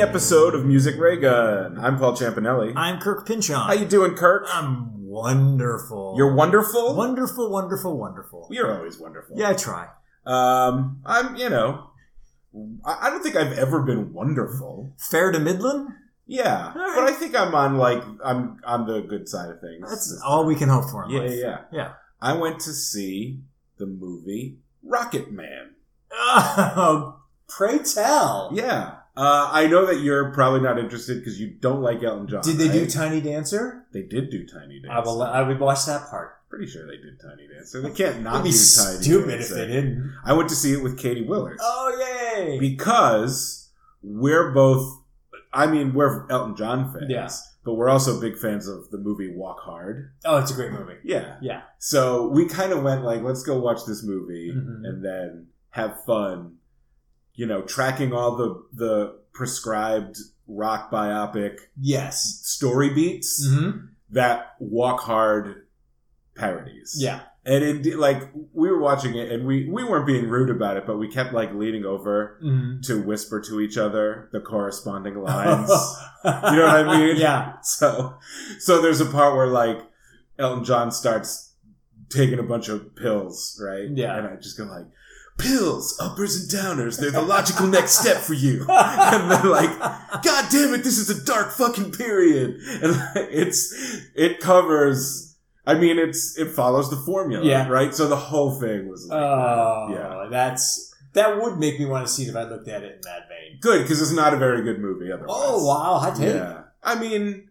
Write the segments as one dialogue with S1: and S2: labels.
S1: episode of Music Ray Gun. I'm Paul Champanelli.
S2: I'm Kirk Pinchon.
S1: How you doing, Kirk?
S2: I'm wonderful.
S1: You're wonderful.
S2: wonderful, wonderful, wonderful.
S1: You're always wonderful.
S2: Yeah, I try.
S1: Um, I'm. You know, I I don't think I've ever been wonderful.
S2: Fair to Midland?
S1: Yeah,
S2: All right.
S1: but I think I'm on like I'm on the good side of things.
S2: That's all we can hope for in
S1: yeah,
S2: life.
S1: yeah, yeah.
S2: Yeah.
S1: I went to see the movie Rocket Man.
S2: Oh, pray tell.
S1: Yeah. Uh, I know that you're probably not interested because you don't like Elton John.
S2: Did they do
S1: right?
S2: Tiny Dancer?
S1: they did do Tiny Dancer.
S2: I will. I would watch that part.
S1: Pretty sure they did Tiny Dancer. They can't not
S2: It'd be
S1: do Tiny
S2: stupid if
S1: Dancer.
S2: they didn't.
S1: I went to see it with Katie Willard
S2: Oh yay!
S1: because we're both. I mean, we're Elton John fans,
S2: Yeah.
S1: but we're also big fans of the movie Walk Hard.
S2: oh, it's a great movie.
S1: Yeah,
S2: Yeah.
S1: So we kind of went like, let's go watch this movie
S2: Mhm.
S1: and then have fun. You know, tracking all the the prescribed rock biopic
S2: Yes.
S1: story beats
S2: Mm-hmm.
S1: that Walk Hard parodies.
S2: Yeah.
S1: And it like we were watching it and we we weren't being rude about it, but we kept like leaning over
S2: Mm-hmm.
S1: to whisper to each other the corresponding lines. You know what I mean?
S2: Yeah.
S1: so so there's a part where like Elton John starts taking a bunch of pills, right?
S2: Yeah.
S1: And I just go like Pills, uppers and downers, they're the logical next step for you. And then, like, God damn it, this is a dark fucking period. And it's it covers I mean it's it follows the formula,
S2: Yeah.
S1: right? So the whole thing was like
S2: oh,
S1: Yeah.
S2: that's that would make me want to see it if I looked at it in that vein.
S1: good because it's not a very good movie otherwise.
S2: Oh wow, hot take. Yeah,
S1: Yeah. I mean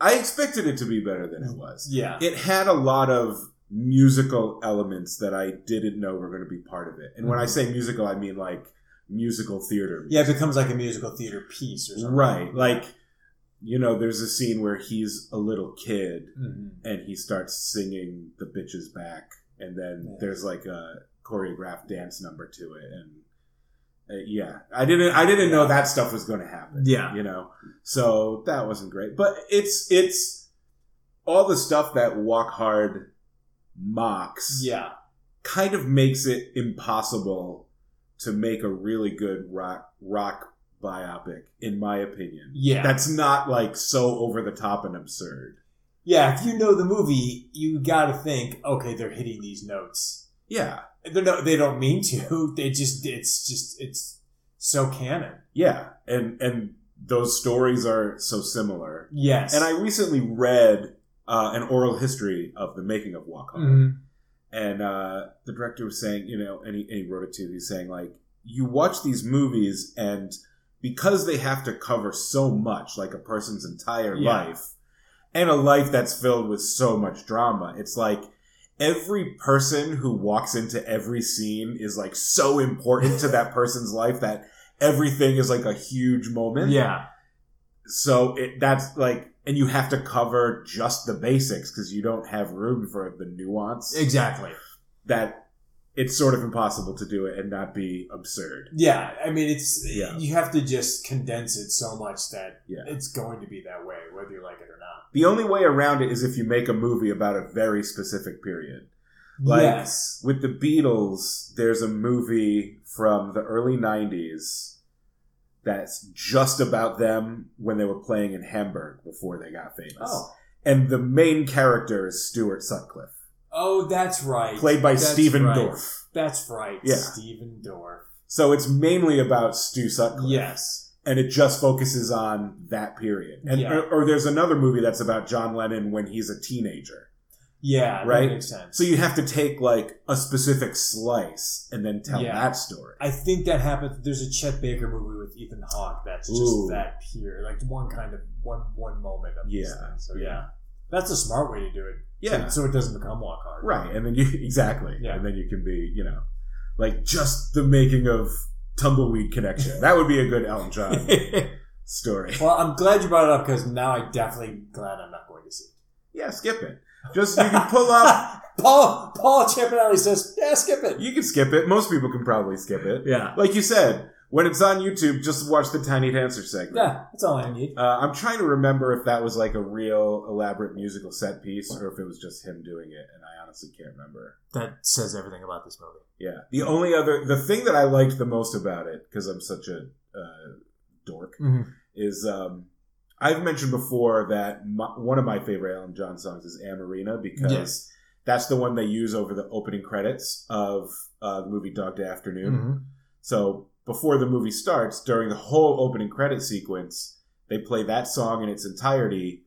S1: I expected it to be better than
S2: Mm.
S1: it was.
S2: yeah,
S1: it had a lot of musical elements that I didn't know were going to be part of it. And when I
S2: Mhm.
S1: say musical, I mean like musical theater.
S2: It becomes like a musical theater piece or something.
S1: Right. Like, you know, there's a scene where he's a little kid
S2: Mhm.
S1: and he starts singing The Bitches Back. And then
S2: Yeah.
S1: there's like a choreographed dance number to it. And uh, yeah, I didn't, I didn't know that stuff was going to happen
S2: Yeah.
S1: you know so that wasn't great but it's it's all the stuff that walk hard mocks
S2: Yeah.
S1: kind of makes it impossible to make a really good rock rock biopic in my opinion
S2: Yeah.
S1: that's not like so over the top and absurd
S2: Yeah. If you know the movie, you got to think, okay, they're hitting these notes.
S1: yeah
S2: They're no, they don't mean to. They just, it's just, it's so canon.
S1: yeah and and those stories are so similar
S2: Yes.
S1: and i recently read uh, an oral history of the making of walk hard
S2: Mhm.
S1: and uh, the director was saying, you know, and he, and he wrote it too. He's saying like, you watch these movies, and because they have to cover so much, like a person's entire
S2: Yeah.
S1: life, and a life that's filled with so much drama, it's like every person who walks into every scene is like so important to that person's life that everything is like a huge moment.
S2: Yeah.
S1: So it that's like. And you have to cover just the basics because you don't have room for the nuance
S2: Exactly.
S1: that it's sort of impossible to do it and not be absurd.
S2: Yeah. I mean, it's,
S1: Yeah.
S2: you have to just condense it so much that
S1: Yeah.
S2: it's going to be that way, whether you like it or not.
S1: The only way around it is if you make a movie about a very specific period. Like-
S2: yes.
S1: With the Beatles, there's a movie from the early 90s that's just about them when they were playing in Hamburg before they got famous.
S2: Oh.
S1: And the main character is Stuart Sutcliffe,
S2: Oh, that's right.
S1: played by
S2: That's
S1: Stephen
S2: right.
S1: Dorff.
S2: That's right.
S1: Yeah.
S2: Stephen Dorff.
S1: So it's mainly about Stu Sutcliffe.
S2: Yes.
S1: and it just focuses on that period. And
S2: Yeah.
S1: or, or there's another movie that's about John Lennon when he's a teenager.
S2: Yeah.
S1: Right?
S2: That makes sense.
S1: So you have to take like a specific slice and then tell
S2: Yeah.
S1: that story.
S2: I think that happened. There's a Chet Baker movie with Ethan Hawke that's just
S1: Ooh.
S2: that pure, like one kind of one one moment of this
S1: Yeah,
S2: thing. So
S1: yeah.
S2: yeah. that's a smart way to do it.
S1: Yeah,
S2: So, so it doesn't become walk hard.
S1: right. And then you exactly.
S2: Yeah.
S1: And then you can be you know like just the making of Tumbleweed Connection. that would be a good Elton John story.
S2: well, I'm glad you brought it up because now I'm definitely glad I'm not going to see. it.
S1: Yeah, skip it. Just you can pull up.
S2: Paul Paul Champanelli says, "Yeah, skip it."
S1: You can skip it. Most people can probably skip it.
S2: Yeah.
S1: Like you said, when it's on YouTube, just watch the Tiny Dancer segment.
S2: Yeah. That's all I need.
S1: Uh, I'm trying to remember if that was like a real elaborate musical set piece or if it was just him doing it, and I honestly can't remember.
S2: That says everything about this movie.
S1: Yeah. The only other, the thing that I liked the most about it, because I'm such a uh, dork,
S2: Mhm.
S1: is um, I've mentioned before that my, one of my favorite Alan John songs is Amarina because
S2: Yes.
S1: that's the one they use over the opening credits of uh, the movie Dog Day Afternoon.
S2: Mhm.
S1: So before the movie starts, during the whole opening credit sequence, they play that song in its entirety,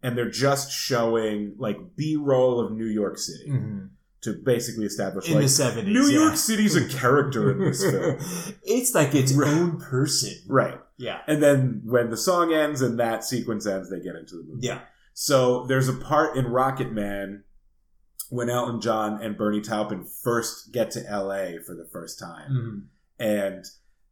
S1: and they're just showing like B roll of New York City
S2: Mhm.
S1: to basically establish
S2: In
S1: like
S2: the 70s.
S1: New
S2: yeah.
S1: York City's a character in this film.
S2: it's like its
S1: Right.
S2: own person.
S1: Right.
S2: Yeah.
S1: And then when the song ends and that sequence ends, they get into the movie.
S2: Yeah.
S1: So there's a part in Rocket Man when Elton John and Bernie Taupin first get to LA for the first time.
S2: Mhm.
S1: And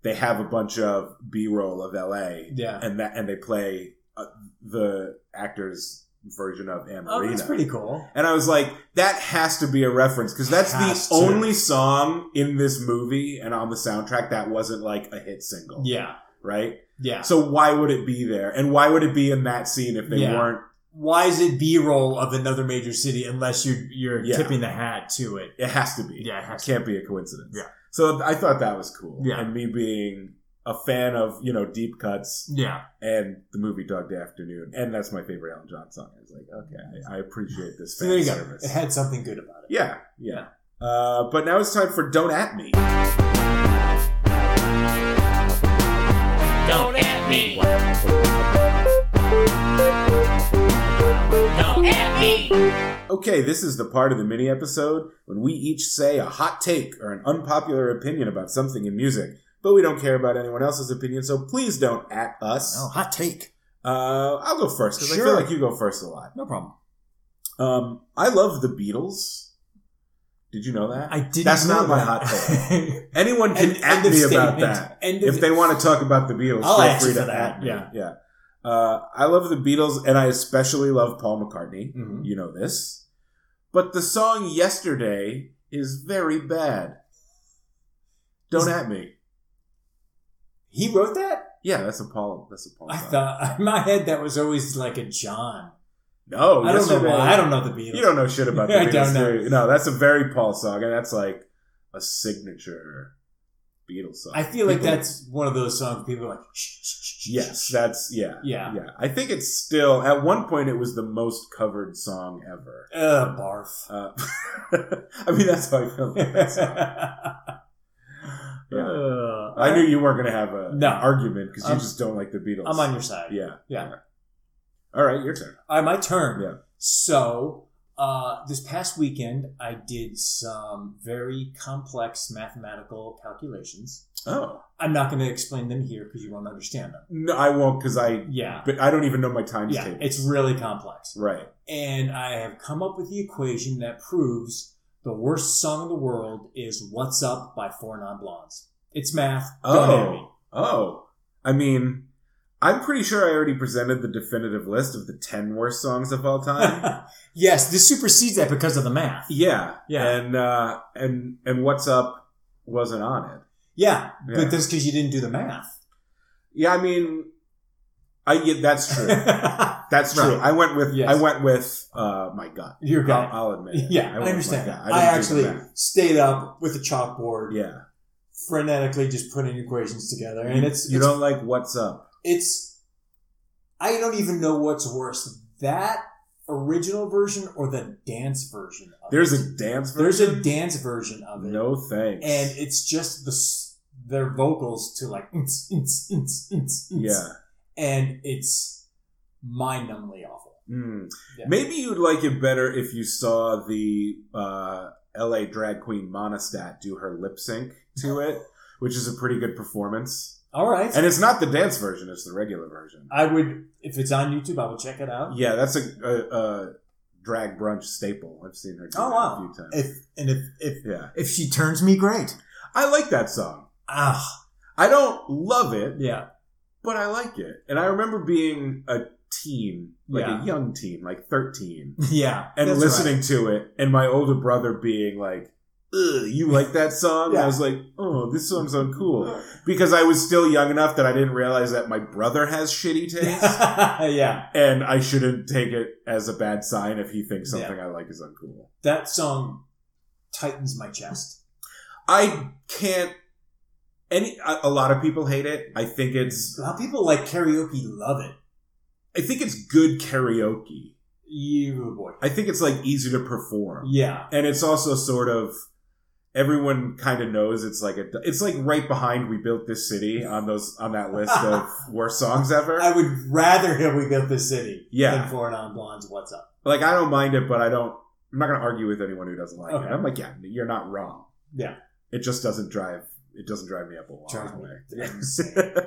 S1: they have a bunch of B roll of LA.
S2: Yeah.
S1: And that and they play uh, the actor's version of Amarina.
S2: Oh, that's pretty cool.
S1: And I was like, that has to be a reference because that's
S2: Has
S1: the
S2: to.
S1: only song in this movie and on the soundtrack that wasn't like a hit single.
S2: Yeah.
S1: Right?
S2: Yeah.
S1: So why would it be there? And why would it be in that scene if they
S2: Yeah.
S1: weren't?
S2: Why is it B-roll of another major city unless you're you're
S1: Yeah.
S2: tipping the hat to it?
S1: It has to be.
S2: Yeah, it has
S1: It can't be a coincidence.
S2: Yeah.
S1: So I thought that was cool.
S2: Yeah.
S1: And me being a fan of, you know, deep cuts
S2: Yeah.
S1: and the movie Dog Day Afternoon. And that's my favorite Alan John song. I was like, okay, I, I appreciate this
S2: So
S1: fan
S2: there you go.
S1: service.
S2: It had something good about it.
S1: Yeah, yeah. Uh, but now it's time for Don't At Me.
S3: Don't at me. Don't at me.
S1: Okay, this is the part of the mini episode when we each say a hot take or an unpopular opinion about something in music, but we don't care about anyone else's opinion, so please don't at us.
S2: hot take.
S1: Uh, I'll go first because I feel
S2: Sure.
S1: like you go first a lot.
S2: No problem.
S1: Um, I love the Beatles. Did you know that?
S2: I didn't.
S1: That's not
S2: know
S1: my
S2: that.
S1: hot anyone can
S2: End-
S1: at
S2: end of
S1: me about
S2: statement.
S1: that.
S2: End of
S1: if they want to talk about the Beatles,
S2: I'll
S1: feel
S2: ask
S1: free
S2: you
S1: to
S2: for that,
S1: at me.
S2: yeah.
S1: yeah. Uh, I love the Beatles, and I especially love Paul McCartney.
S2: Mhm.
S1: You know this, but the song "Yesterday" is very bad. Don't
S2: Is-
S1: at me.
S2: He wrote that?
S1: Yeah, that's a Paul. That's a Paul.
S2: I
S1: song.
S2: thought in my head that was always like a John.
S1: no,
S2: I don't know
S1: Yesterday-
S2: why. I don't know the Beatles.
S1: Oh, You don't know shit about the
S2: I
S1: Beatles.
S2: don't know.
S1: do you? No, that's a very Paul song, and that's like a signature Beatles song.
S2: I feel like
S1: People-
S2: that's one of those songs people are like. Shh, shh, shh, shh,
S1: yes.
S2: shh."
S1: That's yeah,
S2: Yeah.
S1: yeah. I think it's still at one point it was the most covered song ever.
S2: Ugh, barf.
S1: Uh, I mean, that's how I feel about that song.
S2: Uh,
S1: Yeah.
S2: Ugh.
S1: I knew you weren't going to have a,
S2: No.
S1: an argument because you
S2: I'm-
S1: just don't like the Beatles.
S2: I'm on your side.
S1: Yeah.
S2: Yeah.
S1: All right, your turn.
S2: All right, my turn.
S1: Yeah.
S2: So uh, this past weekend, I did some very complex mathematical calculations.
S1: Oh.
S2: I'm not going to explain them here because you won't understand them.
S1: No, I won't because I,
S2: Yeah.
S1: but I don't even know my times
S2: Yeah.
S1: table.
S2: It's really complex.
S1: Right.
S2: And I have come up with the equation that proves the worst song in the world is What's Up by Four Non Blondes. It's math. Don't at me.
S1: Oh. Oh. I mean, I'm pretty sure I already presented the definitive list of the 10 worst songs of all time.
S2: yes, this supersedes that because of the math.
S1: yeah.
S2: Yeah.
S1: And, uh, and, and What's Up wasn't on it.
S2: Yeah,
S1: Yeah.
S2: but that's because you didn't do the math.
S1: Yeah, I mean, I, yeah, that's true. That's
S2: True.
S1: true. I went with
S2: Yes.
S1: I went with uh, my gut.
S2: You're gone.
S1: I'll, I'll admit. It.
S2: Yeah,
S1: went
S2: I,
S1: with my
S2: understand.
S1: gut.
S2: that. I,
S1: didn't do the
S2: actually
S1: math.
S2: stayed up with a chalkboard,
S1: Yeah,
S2: frenetically just putting equations together, and it's
S1: you
S2: it's,
S1: don't like what's up.
S2: it's. I don't even know what's worse, that original version or the dance version. Of
S1: There's
S2: it.
S1: a dance
S2: there's
S1: version.
S2: a dance version of it,
S1: No thanks.
S2: and it's just the s- their vocals to like "Ns, ns, ns, ns, ns,"
S1: yeah.
S2: and it's mind-numbingly awful.
S1: Mm.
S2: Yeah.
S1: Maybe you'd like it better if you saw the uh, L.A. drag queen Monistat do her lip sync to it, which is a pretty good performance.
S2: All right,
S1: And it's not the dance version; it's the regular version.
S2: I would if it's on YouTube, I will check it out.
S1: Yeah, that's a, a, a drag brunch staple. I've seen her do
S2: Oh,
S1: that
S2: wow.
S1: a few times.
S2: If and if if
S1: yeah.
S2: if she turns me, great.
S1: I like that song.
S2: Ah,
S1: I don't love it,
S2: yeah,
S1: but I like it. And I remember being a teen, like
S2: Yeah.
S1: a young teen, like 13,
S2: yeah,
S1: and
S2: that's
S1: listening to it, and my older brother being like, Ugh, you like that song? And I
S2: Yeah.
S1: was like, oh, this song's uncool.
S2: right.
S1: Because I was still young enough that I didn't realize that my brother has shitty taste,
S2: yeah,
S1: and I shouldn't take it as a bad sign if he thinks
S2: Yeah.
S1: something I like is uncool.
S2: that song tightens my chest.
S1: I can't Any a, a lot of people hate it. I think it's
S2: A lot of people like karaoke love it.
S1: I think it's good karaoke.
S2: You boy.
S1: I think it's like easy to perform.
S2: Yeah.
S1: And it's also sort of everyone kind of knows it's like a it's like right behind we built this city on those on that list of worst songs ever.
S2: I would rather hear We Built This City
S1: Yeah.
S2: than Four Non Blondes What's Up.
S1: like I don't mind it, but I don't. I'm not going to argue with anyone who doesn't like
S2: Okay.
S1: it. I'm like, yeah, you're not wrong.
S2: Yeah.
S1: it just doesn't drive. It doesn't drive me up a wall.
S2: Drives me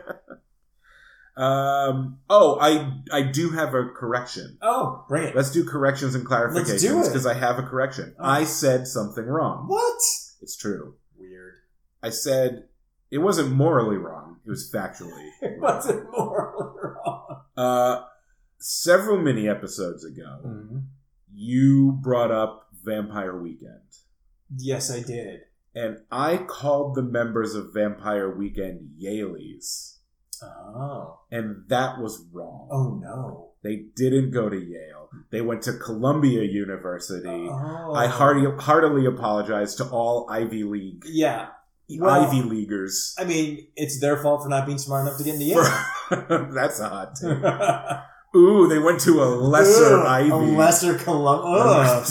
S1: um. Oh, I I do have a correction.
S2: Oh, bring it.
S1: Let's do corrections and
S2: Let's do
S1: clarifications
S2: it.
S1: because I have a correction.
S2: Oh.
S1: I said something wrong.
S2: What?
S1: It's true.
S2: Weird.
S1: I said it wasn't morally wrong. It was factually.
S2: It
S1: wrong.
S2: wasn't morally wrong.
S1: Uh, several mini episodes ago,
S2: Hmm.
S3: Mm-hmm.
S1: you brought up Vampire Weekend.
S2: Yes, I did.
S1: and I called the members of Vampire Weekend Yaleys,
S2: Oh.
S1: and that was wrong.
S2: Oh, no.
S1: They didn't go to Yale. They went to Columbia University.
S2: Oh.
S1: I hearty, heartily apologize to all Ivy League
S2: Yeah. Well-
S1: Ivy Leaguers.
S2: I mean, it's their fault for not being smart enough to get into Yale.
S1: for- that's a hot take.
S2: lesser
S1: Ooh, they went to a lesser Ivy.
S2: A lesser Columbia.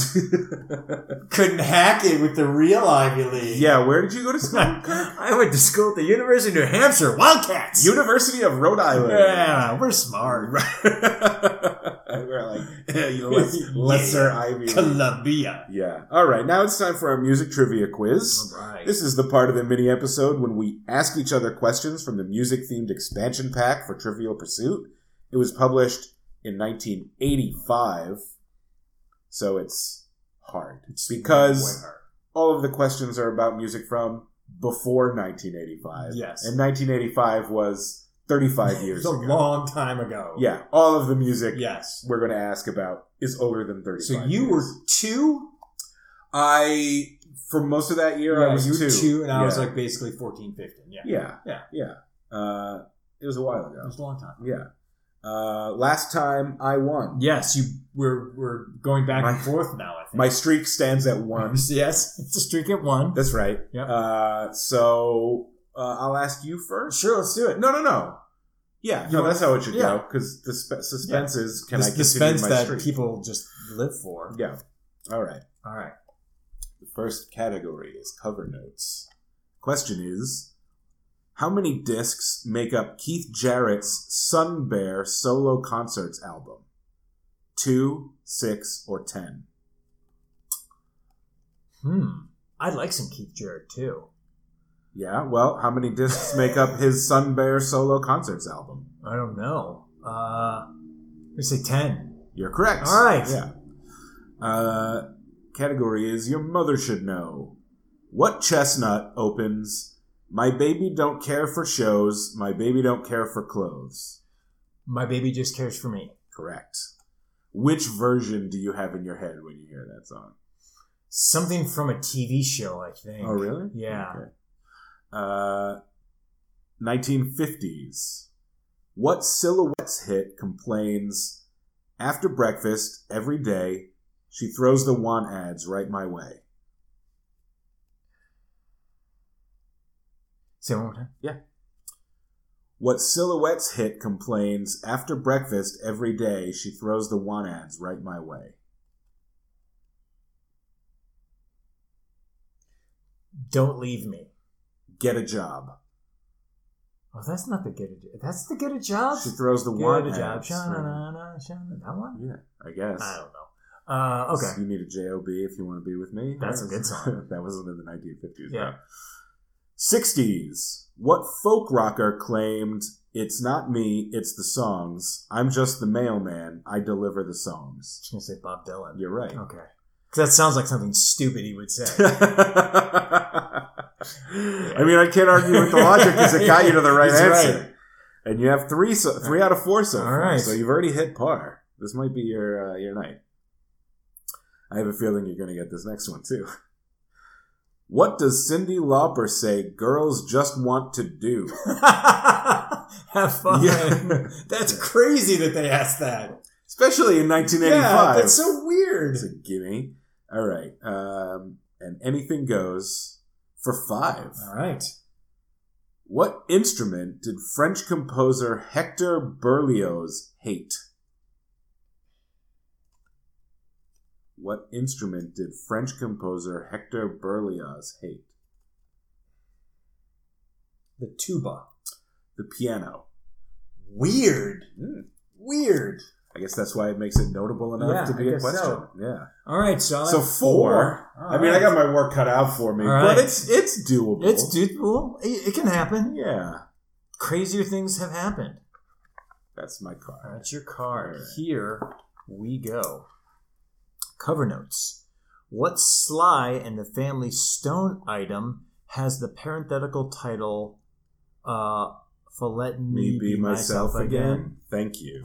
S2: Couldn't hack it with the real Ivy League.
S1: yeah, where did you go to school?
S3: I went to school at the University of New Hampshire Wildcats.
S1: University of Rhode Island.
S3: yeah, we're smart.
S1: We're like you know, less, lesser
S3: Yeah.
S1: Ivy. League.
S3: Columbia.
S1: Yeah. All right. Now it's time for our music trivia quiz.
S3: right.
S1: This is the part of the mini episode when we ask each other questions from the music themed expansion pack for Trivial Pursuit. It was published in 1985, so it's hard because all of the questions are about music from before 1985.
S3: Yes.
S1: And 1985 was 35 years
S3: It's a
S1: ago.
S3: long time ago.
S1: yeah. All of the music
S3: Yes.
S1: we're going to ask about is older than 35.
S2: So you
S1: years.
S2: were two?
S1: I for most of that year I was
S2: you were
S1: two.
S2: two, and I
S1: yeah.
S2: was like basically 14, 15. Yeah.
S1: yeah,
S2: Yeah.
S1: yeah. Uh, it was a while
S2: It
S1: ago.
S2: was a long time.
S1: Yeah. Uh, last time I won.
S3: Yes, you.
S2: We're, we're going back
S1: My-
S2: and forth now, I think.
S1: My streak stands at one.
S3: Yes, it's a streak at one.
S1: That's right.
S3: Yep.
S1: Uh, so uh, I'll ask you first.
S3: Sure, let's do it.
S1: No, no, no. Yeah,
S3: You
S1: no,
S3: want-
S1: that's how it should
S3: yeah.
S1: go because the sp- suspense is can
S3: This
S1: I continue
S3: dispense
S1: my
S3: that
S1: streak?
S3: people just live for.
S1: Yeah. All right.
S3: All right.
S1: The first category is cover notes. Question is How many discs make up Keith Jarrett's Sun Bear solo concerts album? Two, six, or ten?
S3: Hmm. I like some Keith Jarrett too.
S1: Yeah, well, how many discs make up his Sun Bear solo concerts album?
S3: I don't know. Uh, we say ten.
S1: You're correct.
S3: All right.
S1: Yeah. Uh, category is Your Mother Should Know. What chestnut opens My Baby Don't Care for Shows, My Baby Don't Care for Clothes?
S3: My baby just cares for me.
S1: Correct. Which version do you have in your head when you hear that song?
S3: Something from a TV show, I think.
S1: Oh, really?
S3: Yeah.
S1: Okay. Uh, 1950s. What Silhouettes hit complains after breakfast every day? She throws the want ads right my way.
S3: Say it one more time.
S1: What Silhouettes hit complains after breakfast every day? She throws the want ads right my way.
S3: Don't leave me.
S1: Get a job.
S3: Oh, that's not the get a job. That's the get a job.
S1: She throws the
S3: Get
S1: want
S3: a job.
S1: ads. right-
S3: Sha-na-na-na, sha-na- That one?
S1: Yeah, I guess.
S3: I don't know. Uh, okay.
S1: You need a job if you want to be with me.
S3: That's a good song.
S1: that wasn't in the 1950s.
S3: Yeah.
S1: Sixties. What folk rocker claimed? It's not me. It's the songs. I'm just the mailman. I deliver the songs.
S3: just gonna say Bob Dylan.
S1: You're right.
S3: Okay. 'Cause that sounds like something stupid he would say.
S1: I mean, I can't argue with the logic because it got you to the right
S3: He's
S1: answer. And you have three, so, three out of four so
S3: All
S1: far.
S3: right.
S1: So you've already hit par. This might be your uh, your night. I have a feeling you're going to get this next one too. What does Cindy Lauper say? Girls just want to do.
S3: Have fun.
S1: Yeah.
S3: That's crazy that they asked that.
S1: Especially in 1985.
S3: that's so weird.
S1: It's a gimme. All right. Um, and anything goes for five.
S3: All right.
S1: What instrument did French composer Hector Berlioz hate? What instrument did French composer Hector Berlioz hate?
S4: The tuba.
S1: The piano.
S4: Weird.
S1: Hmm.
S4: Weird.
S1: I guess that's why it makes it notable enough
S2: Yeah,
S1: to be
S2: I
S1: a
S2: guess
S1: question.
S2: so.
S1: Yeah.
S4: All right, so
S1: So
S4: that's
S1: four.
S4: four.
S1: I mean, I got my work cut out for me,
S4: All
S1: but
S4: right.
S1: it's it's doable.
S2: It's doable. It, it can happen.
S1: Yeah,
S2: Crazier things have happened.
S1: that's my card.
S2: That's your card.
S1: Alright.
S2: Here we go. Cover notes. What Sly and the Family Stone item has the parenthetical title uh, for letting
S1: Me be myself again. Thank you.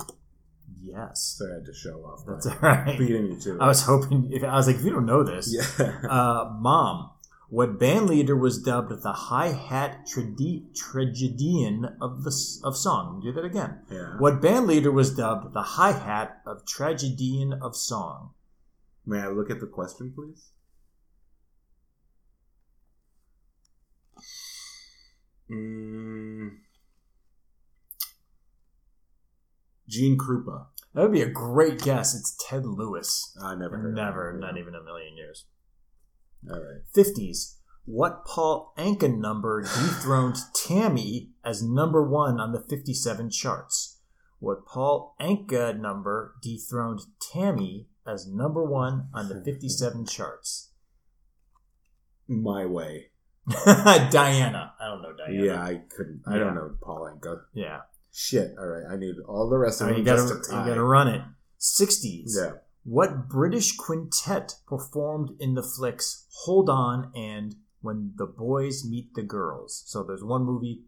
S2: Yes.
S1: Sorry I had to show off.
S2: That's
S1: my-
S2: all right.
S1: Beating you to it.
S2: I was hoping, if, I was like, if you don't know this,
S1: yeah.
S2: uh, Mom, what band leader was dubbed the hi hat tragedian tragedian of the s- of song? Do that again.
S1: yeah.
S2: What band leader was dubbed the hi hat of tragedian of song?
S1: May I look at the question, please? Mm. Gene Krupa. Ah,
S2: That would be a great guess. It's Ted Lewis.
S1: I never heard. of
S2: Never,
S1: him.
S2: not even a million years.
S1: All right.
S2: 50s. What Paul Anka number dethroned Tammy as number one on the 57 charts? What Paul Anka number dethroned Tammy as number one on the 57 charts?
S1: My way.
S2: Diana. I don't know Diana.
S1: Yeah, I couldn't. I
S2: Yeah.
S1: don't know Paul Anka.
S2: Yeah.
S1: Shit. All right. I need all the rest
S2: So
S1: of them
S2: you gotta,
S1: just to
S2: you
S1: tie.
S2: gotta run it. 60s.
S1: yeah.
S2: What British quintet performed in the flicks Hold On and When the Boys Meet the Girls? So there's one movie,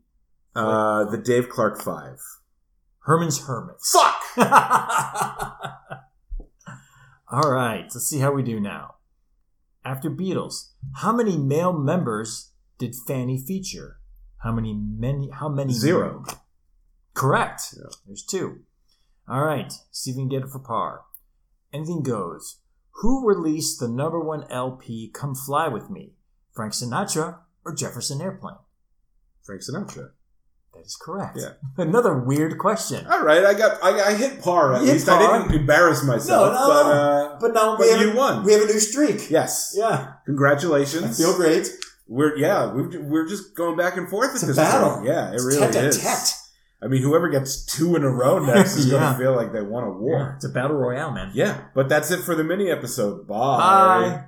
S1: Uh, the Dave Clark Five.
S2: Herman's Hermits.
S1: Fuck.
S2: All right, let's see how we do now. After Beatles, how many male members did Fanny feature? How many many how many
S1: Zero.
S2: Correct.
S1: Yeah.
S2: There's two. All right, see if you can get it for par. Anything goes. Who released the number one LP Come Fly With Me? Frank Sinatra or Jefferson Airplane?
S1: Frank Sinatra.
S2: That is correct.
S1: Yeah.
S2: Another weird question.
S1: All right, I got I, I hit par. At
S4: You hit
S1: least
S4: par.
S1: I didn't embarrass myself.
S4: No, no,
S1: but,
S4: no.
S1: Uh,
S4: But now
S1: But
S4: we have
S1: you
S4: a,
S1: won.
S4: We have a new streak.
S1: yes,
S4: Yeah. I
S1: congratulations.
S4: feel great.
S1: We're yeah, we're, ju- we're just going back and forth.
S4: It's
S1: at
S4: a
S1: this
S4: battle.
S1: point. Yeah, it
S4: It's
S1: really
S4: tete-a-tete.
S1: is. I mean, whoever gets two in a row next is going
S2: Yeah.
S1: to feel like they won a
S2: Yeah,
S1: war.
S2: it's a battle royale, man.
S1: Yeah. but that's it for the mini episode. Bye.
S2: Bye.